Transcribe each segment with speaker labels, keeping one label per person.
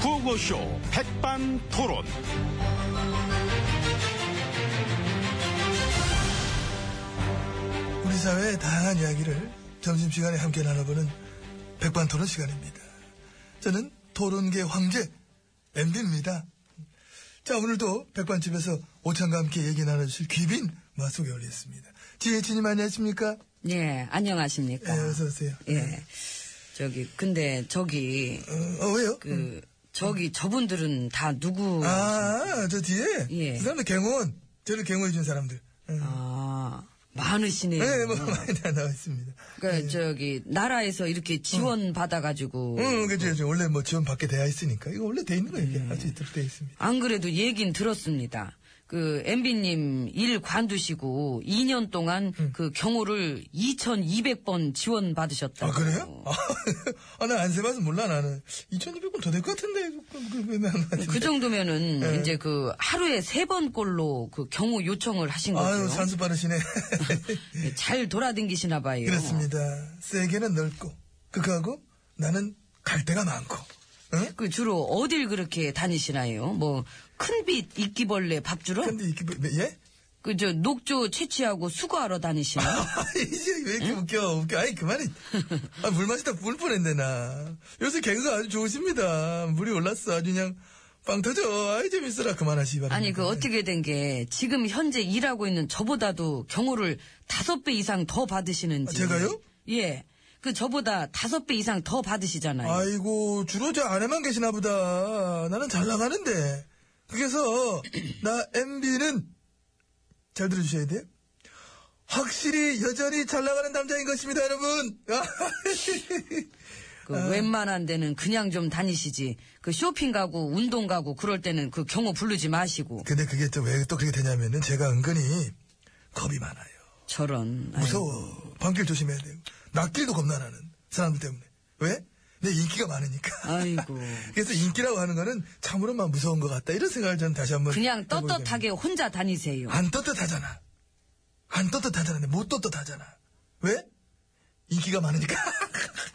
Speaker 1: 구호쇼 백반토론.
Speaker 2: 우리 사회의 다양한 이야기를 점심시간에 함께 나눠보는 백반토론 시간입니다. 저는 토론계 황제 MB입니다. 자 오늘도 백반집에서 오찬과 함께 얘기 나눠주실 귀빈 마 소개 올렸습니다. 지혜진님 안녕하십니까?
Speaker 3: 예, 안녕하십니까.
Speaker 2: 예, 어서 네. 오세요.
Speaker 3: 예. 저기, 근데 저기,
Speaker 2: 어, 어, 왜요?
Speaker 3: 그, 저기, 저분들은 다 누구, 아,
Speaker 2: 아, 저 뒤에?
Speaker 3: 예. 아,
Speaker 2: 그 사람들 갱원. 저를 갱원해준 사람들. 예,
Speaker 3: 어, 많으시네요.
Speaker 2: 예, 뭐, 네. 많이 다 나와 있습니다.
Speaker 3: 그러니까 저기, 나라에서 이렇게
Speaker 2: 어.
Speaker 3: 지원받아가지고,
Speaker 2: 응, 그죠, 그죠. 원래 뭐 지원 받게 되어 있으니까. 이거 원래 돼 있는 거예요. 이게 할수 있도록 돼 있습니다.
Speaker 3: 안 그래도 얘긴 들었습니다. 그, MB님 일 관두시고 2년 동안
Speaker 2: 음.
Speaker 3: 그 경호를 2,200번
Speaker 2: 아,
Speaker 3: 지원받으셨다고.
Speaker 2: 그래요? 아, 나 안 세봐서 몰라, 나는. 2200원 더 될 것 같은데. 그, 그, 그, 그,
Speaker 3: 그 정도면은
Speaker 2: 예.
Speaker 3: 이제 그 하루에 세 번 꼴로 그 경호 요청을 하신 거죠.
Speaker 2: 아유, 산수 빠르시네.
Speaker 3: 예, 잘 돌아댕기시나 봐요.
Speaker 2: 그렇습니다. 세계는 넓고, 극하고, 나는 갈 데가 많고. 응?
Speaker 3: 그 주로 어딜 그렇게 다니시나요? 뭐, 큰빛 이끼벌레 밥주러?
Speaker 2: 근데 이렇게, 뭐- 예?
Speaker 3: 그, 저, 녹조 채취하고 수거하러 다니시나요?
Speaker 2: 아, 이제 왜 이렇게 웃겨, 웃겨. 아이, 그만해. 아, 물 마시다 울 뻔했네, 나. 요새 개그가 아주 좋으십니다. 물이 올랐어. 아주 그냥, 빵 터져. 아이, 재밌어라. 그만하시 바랍니다.
Speaker 3: 아니, 그 어떻게 된 게 지금 현재 일하고 있는 저보다도 경호를 다섯 배 이상 더 받으시는지.
Speaker 2: 아, 제가요?
Speaker 3: 예. 그 저보다 다섯 배 이상 더 받으시잖아요.
Speaker 2: 아이고, 주로 저 아내만 계시나 보다. 나는 잘 나가는데. 그래서, 나 MB는, 잘 들어주셔야 돼요. 확실히 여전히 잘 나가는 남자인 것입니다, 여러분. 아.
Speaker 3: 그 웬만한 데는 그냥 좀 다니시지. 그 쇼핑 가고 운동 가고 그럴 때는 그 경호 부르지 마시고.
Speaker 2: 근데 그게 또 왜 또 그렇게 되냐면은 제가 은근히 겁이 많아요.
Speaker 3: 저런. 아이고.
Speaker 2: 무서워. 밤길 조심해야 되고. 낮길도 겁나 나는. 사람들 때문에. 왜? 내 인기가 많으니까.
Speaker 3: 아이고.
Speaker 2: 그래서 인기라고 하는 거는 참으로 막 무서운 것 같다. 이런 생각을 저는 다시 한번.
Speaker 3: 그냥
Speaker 2: 해보게 됩니다.
Speaker 3: 떳떳하게 혼자 다니세요.
Speaker 2: 안 떳떳하잖아. 안 떳떳하잖아. 근데 못 떳떳하잖아. 왜? 인기가 많으니까.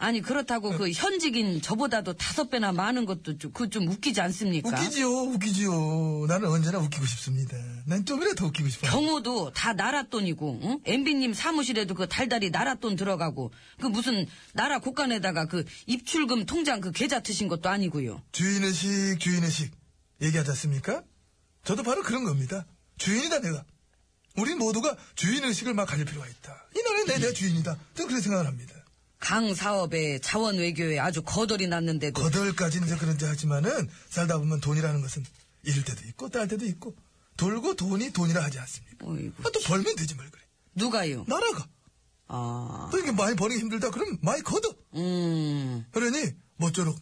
Speaker 3: 아니 그렇다고 그 현직인 저보다도 다섯 배나 많은 것도 좀, 그거 좀 웃기지 않습니까?
Speaker 2: 웃기지요, 웃기지요. 나는 언제나 웃기고 싶습니다. 난 좀이라도 웃기고 싶어.
Speaker 3: 경호도 다 나라 돈이고, 응? MB님 사무실에도 그 달달이 나라 돈 들어가고, 그 무슨 나라 곳간에다가 그 입출금 통장 그 계좌 트신 것도 아니고요.
Speaker 2: 주인의식, 주인의식. 얘기하지 않습니까? 저도 바로 그런 겁니다. 주인이다, 내가. 우리 모두가 주인의식을 막 가질 필요가 있다. 이 나라에 내, 내가 주인이다. 저는 그렇게 생각을 합니다.
Speaker 3: 네. 강 사업에 자원 외교에 아주 거덜이 났는데도
Speaker 2: 거덜까지는 이제 그런지 하지만은 살다 보면 돈이라는 것은 잃을 때도 있고 딸 때도 있고 돌고 돈이 돈이라 하지 않습니까?
Speaker 3: 어이구,
Speaker 2: 아, 또 벌면 되지 뭘 그래.
Speaker 3: 누가요?
Speaker 2: 나라가.
Speaker 3: 아,
Speaker 2: 그러니까 많이 버는 힘들다. 그럼 많이 걷어.
Speaker 3: 음,
Speaker 2: 그러니 모쪼록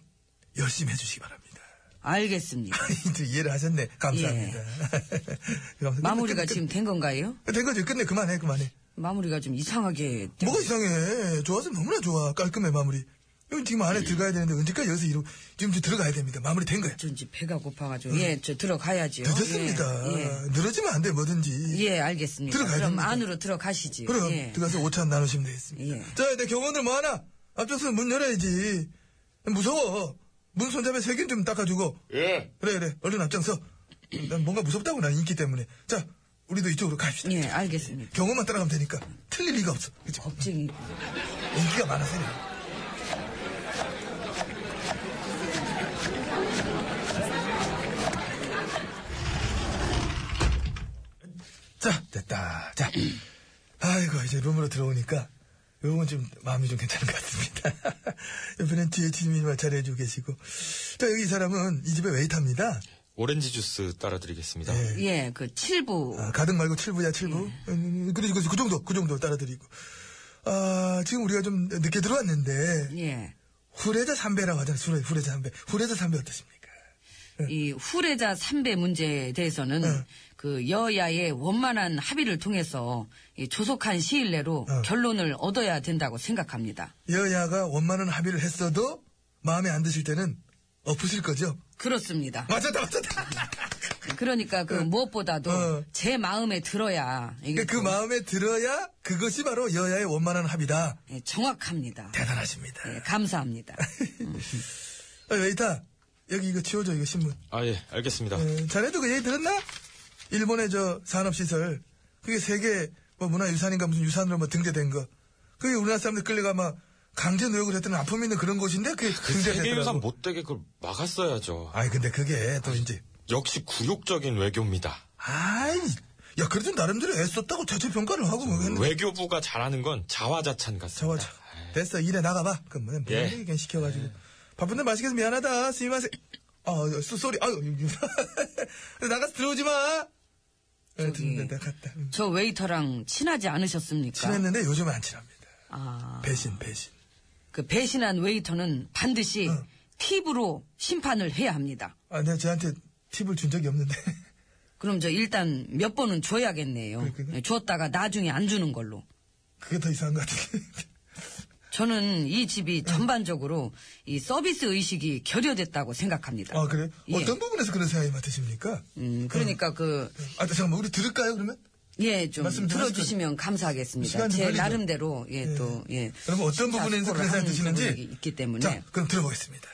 Speaker 2: 열심히 해주시기 바랍니다.
Speaker 3: 알겠습니다.
Speaker 2: 이제 이해를 하셨네. 감사합니다. 감사합니다.
Speaker 3: 예. 마무리가
Speaker 2: 끝, 끝,
Speaker 3: 지금 된 건가요?
Speaker 2: 끝. 된 거지. 끝내. 그만해. 그만해.
Speaker 3: 마무리가 좀 이상하게 된-
Speaker 2: 뭐가 이상해. 좋아서 너무나 좋아. 깔끔해 마무리. 여기 지금
Speaker 3: 예.
Speaker 2: 안에 들어가야 되는데 언제까지 여기서 이러고 지금 이제 들어가야 됩니다. 마무리 된 거야.
Speaker 3: 어쩐지 배가 고파가지고 예 저 들어가야지요.
Speaker 2: 늦었습니다.
Speaker 3: 예, 예.
Speaker 2: 늘어지면 안 돼. 뭐든지.
Speaker 3: 예, 알겠습니다.
Speaker 2: 들어가야
Speaker 3: 그럼
Speaker 2: 됩니다.
Speaker 3: 안으로 들어가시지.
Speaker 2: 그럼
Speaker 3: 예.
Speaker 2: 들어가서 오찬 나누시면 되겠습니다.
Speaker 3: 예.
Speaker 2: 자, 이제 경원들 뭐하나? 앞장서 문 열어야지. 무서워. 문 손잡에 세균 좀 닦아주고.
Speaker 1: 예.
Speaker 2: 그래 그래 얼른 앞장서 난 뭔가 무섭다고 난 인기 때문에 자 우리도 이쪽으로 갑시다
Speaker 3: 예, 알겠습니다.
Speaker 2: 경험만 따라가면 되니까 틀릴 리가 없어 그치?
Speaker 3: 겁쟁이.
Speaker 2: 인기가 많아서 그래. 자 됐다 자 아이고 이제 룸으로 들어오니까 요건 좀 마음이 좀 괜찮은 것 같습니다 옆에는 뒤에 지님이 말 잘해주고 계시고 자 여기 이 사람은 이 집의 웨이터입니다
Speaker 4: 오렌지 주스 따라드리겠습니다.
Speaker 2: 예.
Speaker 3: 예, 그 칠부.
Speaker 2: 아, 가득 말고 칠부야 칠부. 음, 그래 그래, 그 정도 그 정도 따라드리고. 아 지금 우리가 좀 늦게 들어왔는데
Speaker 3: 예.
Speaker 2: 후레자 삼배라고 하잖아요. 후레, 후레자 삼배. 후레자 삼배 어떠십니까? 네.
Speaker 3: 이 후레자 삼배 문제에 대해서는 그 여야의 원만한 합의를 통해서 이 조속한 시일 내로
Speaker 2: 어.
Speaker 3: 결론을 얻어야 된다고 생각합니다.
Speaker 2: 여야가 원만한 합의를 했어도 마음에 안 드실 때는 엎으실 거죠.
Speaker 3: 그렇습니다.
Speaker 2: 맞았다 맞았다.
Speaker 3: 그러니까 그 무엇보다도
Speaker 2: 네. 어.
Speaker 3: 제 마음에 들어야 이게
Speaker 4: 예.
Speaker 2: 그러니까 그 마음에 들어야 그것이 바로 여야의 원만한 합의다.
Speaker 3: 예, 정확합니다.
Speaker 2: 대단하십니다.
Speaker 3: 예, 감사합니다.
Speaker 2: 어, 웨이터 여기 이거 치워줘, 이거 신문.
Speaker 4: 아, 예, 알겠습니다.
Speaker 2: 예, 자네도 그 얘기 들었나? 일본의 저 산업시설, 그게 세계 뭐 문화유산인가 무슨 유산으로 뭐 등재된 거. 그게 우리나라 사람들 끌려가 막 강제 노역을 했더니 아픔 있는 그런 곳인데 그게
Speaker 4: 그 세계유산
Speaker 2: 등재됐더라고.
Speaker 4: 못 되게 그걸 막았어야죠.
Speaker 2: 아니, 근데 그게 또 이제,
Speaker 4: 역시 굴욕적인 외교입니다.
Speaker 2: 아이, 야, 그래도 나름대로 애썼다고 자체 평가를 하고 뭐 했는데.
Speaker 4: 외교부가 잘하는 건 음. 자화자찬 같습니다.
Speaker 2: 저거죠. 됐어, 일해 나가봐. 그럼 뭐,
Speaker 4: 예.
Speaker 2: 예. 그냥 시켜가지고. 바쁜데 맛있게 해서 미안하다. 스미마세. 아, 쏘, 쏘리. 아유, 나가서 들어오지 마. 예, 듣는데 갔다. 음.
Speaker 3: 저 웨이터랑 친하지 않으셨습니까?
Speaker 2: 친했는데 요즘은 안 친합니다.
Speaker 3: 아,
Speaker 2: 배신, 배신.
Speaker 3: 그 배신한 웨이터는 반드시 팁으로 심판을 해야 합니다.
Speaker 2: 아, 내가 쟤한테 팁을 준 적이 없는데.
Speaker 3: 그럼 저 일단 몇 번은 줘야겠네요. 예,
Speaker 2: 그렇군요.
Speaker 3: 줬다가 나중에 안 주는 걸로.
Speaker 2: 그게 더 이상한 것 같은데.
Speaker 3: 저는 이 집이 전반적으로 이 서비스 의식이 결여됐다고 생각합니다.
Speaker 2: 아, 그래?
Speaker 3: 예.
Speaker 2: 어떤 부분에서 그런 생각이 맡으십니까?
Speaker 3: 음, 그러니까 그,
Speaker 2: 아, 잠깐만, 우리 들을까요, 그러면?
Speaker 3: 예, 좀
Speaker 2: 말씀 좀
Speaker 3: 들어주시면
Speaker 2: 시간
Speaker 3: 감사하겠습니다.
Speaker 2: 좀
Speaker 3: 제
Speaker 2: 걸리죠?
Speaker 3: 나름대로, 예, 또, 예.
Speaker 2: 여러분, 음. 어떤 부분에서 그런 생각이
Speaker 3: 심사숙고를 하는
Speaker 2: 드시는지.
Speaker 3: 부분이 있기 때문에.
Speaker 2: 자, 그럼 들어보겠습니다.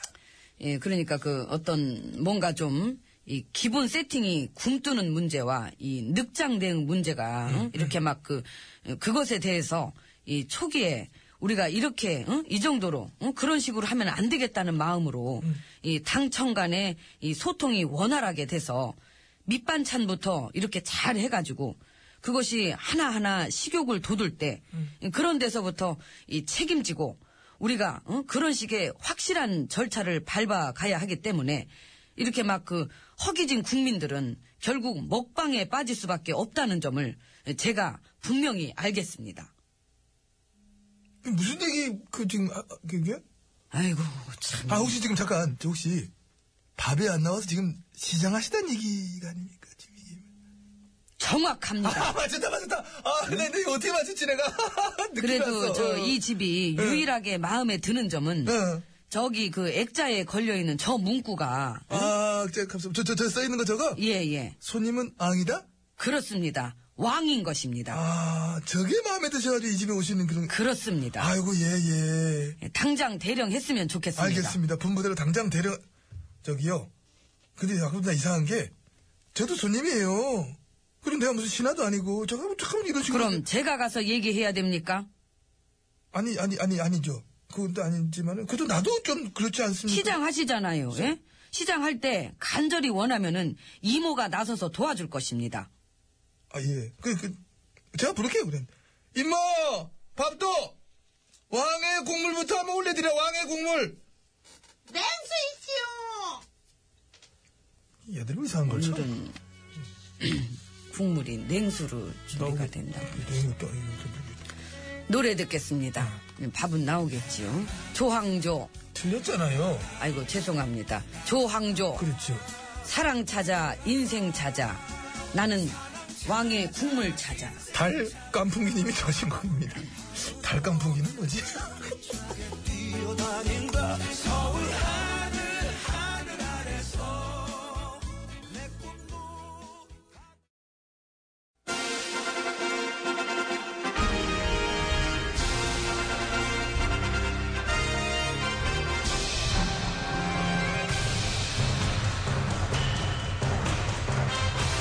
Speaker 3: 예, 그러니까 그 어떤 뭔가 좀 이 기본 세팅이 굼뜨는 문제와 이 늑장 대응 문제가 응? 이렇게 막 그 그것에 대해서 이 초기에 우리가 이렇게 응? 이 정도로 응? 그런 식으로 하면 안 되겠다는 마음으로 이 당청 간의 이 소통이 원활하게 돼서 밑반찬부터 이렇게 잘 해가지고 그것이 하나하나 식욕을 돋울 때
Speaker 2: 음.
Speaker 3: 그런 데서부터 이 책임지고 우리가 어? 그런 식의 확실한 절차를 밟아 가야 하기 때문에 이렇게 막 그 허기진 국민들은 결국 먹방에 빠질 수밖에 없다는 점을 제가 분명히 알겠습니다.
Speaker 2: 이게 무슨 얘기, 그, 지금, 아, 아, 그게?
Speaker 3: 아이고 참.
Speaker 2: 아, 혹시 지금 잠깐, 저 혹시 밥에 안 나와서 지금 시장하시다는 얘기가 아닙니까? 지금 이게.
Speaker 3: 정확합니다.
Speaker 2: 아, 맞췄다, 맞췄다. 아, 네, 네, 이거 어떻게 맞췄지, 내가. 느낌
Speaker 3: 음. 그래도
Speaker 2: 왔어. 네.
Speaker 3: 저 이 집이
Speaker 2: 응.
Speaker 3: 유일하게 마음에 드는 점은
Speaker 2: 응.
Speaker 3: 저기 그 액자에 걸려 있는 저 문구가
Speaker 2: 아, 저, 감사합니다. 저, 저, 저 써있는 거 저거?
Speaker 3: 예예
Speaker 2: 손님은 앙이다?
Speaker 3: 그렇습니다. 왕인 것입니다.
Speaker 2: 아, 저게 마음에 드셔가지고 이 집에 오시는 그런.
Speaker 3: 그렇습니다.
Speaker 2: 아이고, 예, 예.
Speaker 3: 당장 대령했으면 좋겠습니다.
Speaker 2: 알겠습니다. 분부대로 당장 데려, 저기요. 근데 아, 가끔나 이상한 게, 저도 손님이에요. 그럼 내가 무슨 신하도 아니고, 제가 뭐 잠깐만 이런 식으로.
Speaker 3: 그럼 제가 가서 얘기해야 됩니까?
Speaker 2: 아니, 아니, 아니, 아니죠. 그것도 아니지만은, 그래도 나도 좀 그렇지 않습니까? 네.
Speaker 3: 시장하시잖아요. 예? 시장할 때 간절히 원하면은 이모가 나서서 도와줄 것입니다.
Speaker 2: 아, 예. 그, 그, 제가 부를게요, 그럼. 임모! 밥도! 왕의 국물부터 한번 올려드려, 왕의 국물! 냉수이시오! 얘들 왜 이상한 걸 쳐?
Speaker 3: 오늘은 국물이 냉수로 준비가 된다.
Speaker 2: 이거 또, 이거 또
Speaker 3: 노래 듣겠습니다.
Speaker 2: 네.
Speaker 3: 밥은 나오겠지요. 조항조.
Speaker 2: 틀렸잖아요.
Speaker 3: 아이고 죄송합니다. 조항조.
Speaker 2: 그렇죠.
Speaker 3: 사랑 찾아 인생 찾아 나는 왕의 국물 찾아.
Speaker 2: 달 깐풍기님이 저신 겁니다. 달 깐풍기는 뭐지?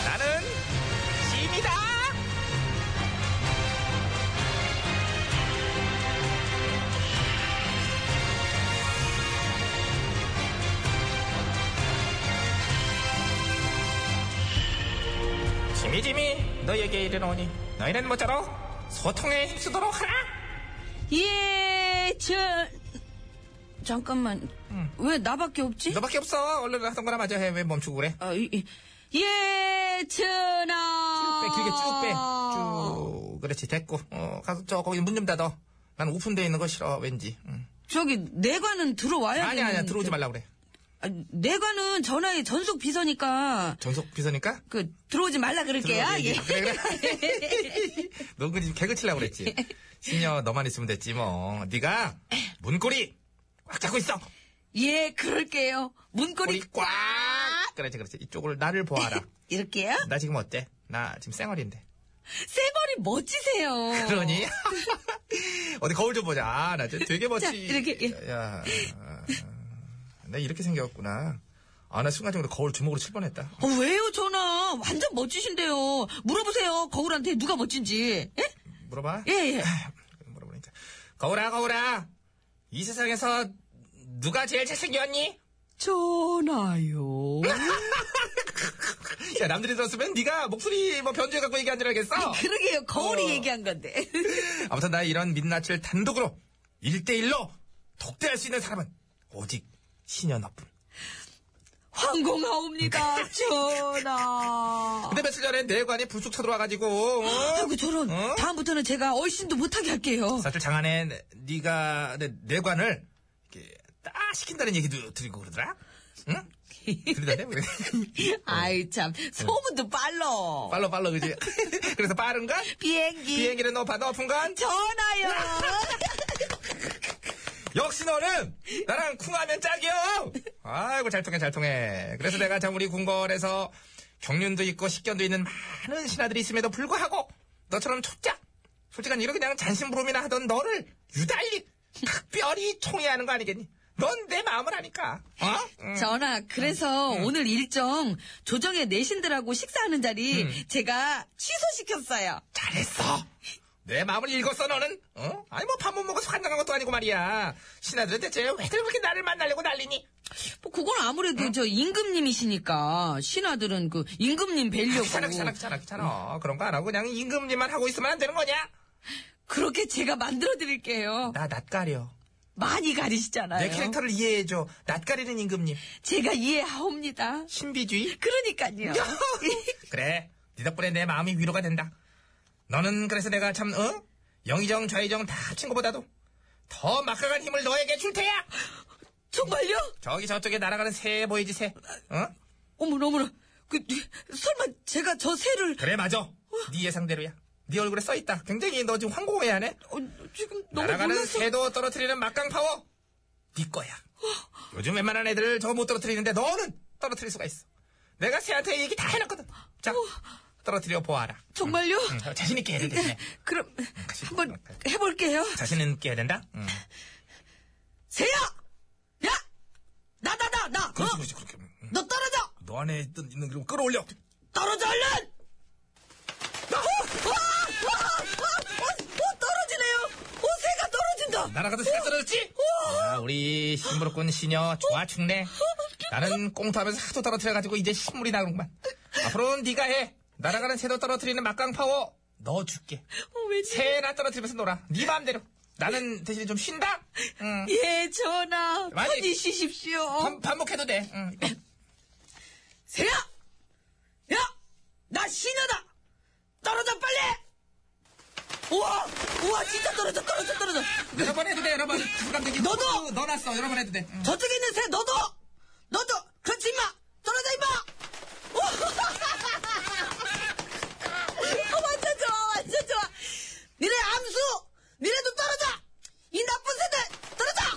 Speaker 1: 나는 짐이다.
Speaker 5: 짐이 짐이 너에게 이르노니 너희는 모자로 소통에 힘쓰도록 하라
Speaker 3: 예, 저 잠깐만 왜 나밖에 없지?
Speaker 5: 너밖에 없어 얼른 하던 거나 마저 해왜 멈추고 그래
Speaker 3: 아, 이- 이- 예, 전하.
Speaker 5: 빼 길게 쭉빼쭉 그렇지 됐고 어 가서 저 거기 문 좀 닫어 난 오픈돼 있는 거 싫어 왠지 응.
Speaker 3: 저기 내관은 들어와야
Speaker 5: 아니야 아니야
Speaker 3: 되는데.
Speaker 5: 들어오지 말라 그래
Speaker 3: 아, 내관은 전하의 전속 비서니까
Speaker 5: 전속 비서니까
Speaker 3: 그 들어오지 말라 그럴게요.
Speaker 5: 들어오지,
Speaker 3: 예.
Speaker 5: 그래 그래 너 그냥 지금 개그 치려고 그랬지 신녀 너만 있으면 됐지 뭐 네가 문고리 꽉 잡고 있어
Speaker 3: 예, 그럴게요. 문고리
Speaker 5: 꼬리 꽉 그렇지 그렇지 이쪽을 나를 보아라
Speaker 3: 이렇게요?
Speaker 5: 나 지금 어때? 나 지금 쌩얼인데.
Speaker 3: 세벌이 멋지세요.
Speaker 5: 그러니? 어디 거울 좀 보자. 아, 나 지금 되게 멋지.
Speaker 3: 자, 이렇게, 예.
Speaker 5: 야, 나 이렇게 생겼구나.
Speaker 2: 아, 나 순간적으로 거울 주먹으로 칠 뻔했다.
Speaker 3: 어, 왜요, 저는? 완전 멋지신데요. 물어보세요, 거울한테 누가 멋진지. 예?
Speaker 2: 물어봐.
Speaker 3: 예, 예.
Speaker 2: 물어보니까. 거울아, 거울아. 이 세상에서 누가 제일 잘생겼니?
Speaker 3: 전화요.
Speaker 2: 야, 남들이 들었으면 네가 목소리 뭐 변조해갖고 얘기한 줄 알겠어?
Speaker 3: 그러게요, 거울이
Speaker 2: 어.
Speaker 3: 얘기한 건데.
Speaker 2: 아무튼 나의 이런 민낯을 단독으로 1대1로 독대할 수 있는 사람은 오직 신현아뿐.
Speaker 3: 황공하옵니다, 전화.
Speaker 2: 근데 며칠 전에 내관이 불쑥 쳐들어와가지고 어?
Speaker 3: 아이고, 저런.
Speaker 2: 어?
Speaker 3: 다음부터는 제가 얼씬도 못하게 할게요.
Speaker 2: 사실 장안에 네가 내 내관을 이렇게 따 시킨다는 얘기도 들리고 그러더라. 응? 들리던데?
Speaker 3: 아이, 참. 소문도 빨러.
Speaker 2: 빨로 빨로 그지? 그래서 빠른 건
Speaker 3: 비행기.
Speaker 2: 비행기는 높아 높은 건
Speaker 3: 전화요.
Speaker 2: 역시 너는 나랑 쿵하면 짝이야. 아이고 잘 통해 잘 통해. 그래서 내가 참 우리 궁궐에서 경륜도 있고 식견도 있는 많은 신하들이 있음에도 불구하고 너처럼 초짜 솔직한 이로 그냥 잔심부름이나 하던 너를 유달리 각별히 총애하는 거 아니겠니? 넌 내 마음을 아니까. 어? 응.
Speaker 3: 전화, 그래서 오늘 일정 조정의 내신들하고 식사하는 자리 제가 취소시켰어요.
Speaker 2: 잘했어. 내 마음을 읽었어 너는. 어? 아니 뭐 밥 못 먹어서 환장한 것도 아니고 말이야. 신하들은 대체 왜들 그렇게 나를 만나려고 난리니?
Speaker 3: 뭐 그건 아무래도 저 임금님이시니까 신하들은 그 임금님 뵈려고
Speaker 2: 귀찮아 귀찮아 귀찮아 귀찮아. 어, 그런 거 안 하고 그냥 임금님만 하고 있으면 안 되는 거냐?
Speaker 3: 그렇게 제가 만들어 드릴게요.
Speaker 2: 나 낯가려.
Speaker 3: 많이 가리시잖아요.
Speaker 2: 내 캐릭터를 이해해줘. 낯가리는 임금님.
Speaker 3: 제가 이해하옵니다.
Speaker 2: 신비주의?
Speaker 3: 그러니까요.
Speaker 2: 그래. 네 덕분에 내 마음이 위로가 된다. 너는 그래서 내가 참, 어? 영의정, 좌의정 다 합친 것보다도 더 막강한 힘을 너에게 줄 테야!
Speaker 3: 정말요?
Speaker 2: 저기 저쪽에 날아가는 새 보이지, 새? 어?
Speaker 3: 어머나 어머나. 그 설마 제가 저 새를
Speaker 2: 그래, 맞아. 네 예상대로야. 네 얼굴에 써있다. 굉장히 너 지금 황공해하네?
Speaker 3: 어, 지금 너무
Speaker 2: 날아가는
Speaker 3: 놀라서
Speaker 2: 새도 떨어뜨리는 막강 파워! 네 거야. 요즘 웬만한 애들 저거 못 떨어뜨리는데 너는 떨어뜨릴 수가 있어. 내가 새한테 얘기 다 해놨거든. 자, 떨어뜨려 보아라.
Speaker 3: 정말요?
Speaker 2: 응, 어, 자신 있게 해야 되겠네.
Speaker 3: 그럼 한번 해볼게요.
Speaker 2: 자신 있게 해야 된다. 응.
Speaker 3: 새야, 야, 나 나 나 나.
Speaker 2: 그렇지,
Speaker 3: 어?
Speaker 2: 그렇지, 그렇게. 응.
Speaker 3: 너 떨어져.
Speaker 2: 너 안에 있던 있는 그리고 끌어올려.
Speaker 3: 떨어져 얼른! 아! 아! 아! 어, 어, 떨어지네요. 어, 새가 떨어진다.
Speaker 2: 날아가도 새가 떨어졌지? 야, 아, 우리 심부름꾼 시녀 좋아 죽네. 나는 꽁투하면서 하도 떨어뜨려가지고 이제 신물이 나오는구만. 앞으로는 네가 해. 날아가는 새도 떨어뜨리는 막강 파워 넣어줄게.
Speaker 3: 어, 왜지?
Speaker 2: 새나 떨어뜨리면서 놀아. 네 마음대로. 나는 대신 좀 쉰다. 응.
Speaker 3: 예, 전하.
Speaker 2: 많이-
Speaker 3: 편히 쉬십시오.
Speaker 2: 반, 반복해도 돼. 응.
Speaker 3: 새야! 야! 나 신여다! 떨어져, 빨리! 우와! 우와, 진짜 떨어져, 떨어져, 떨어져!
Speaker 2: 여러 번 해도 돼. 여러 번. 부담되게.
Speaker 3: 너도!
Speaker 2: 넣어놨어. 여러 번 해도 돼. 응.
Speaker 3: 저쪽에 있는 새, 너도! 너도! 그렇지, 임마! 떨어져, 임마! 우와! 어, 완전 좋아, 완전 좋아! 니네 암수! 니네도 떨어져! 이 나쁜 새들! 떨어져!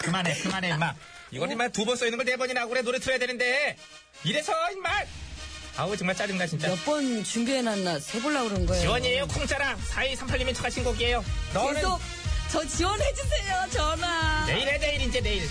Speaker 2: 그만해, 그만해, 임마. 이걸 임마 두 번 써있는 걸 네 번이나 하고 그래 노래 틀어야 되는데. 이래서, 임마! 아우, 정말 짜증나, 진짜.
Speaker 3: 몇 번 준비해놨나 세보려고 그런 거예요.
Speaker 2: 지원이에요, 콩짜라. 4238님이 청하신 곡이에요. 너는
Speaker 3: 계속 저 지원해주세요, 전화.
Speaker 2: 내일 해, 내일, 이제 내일.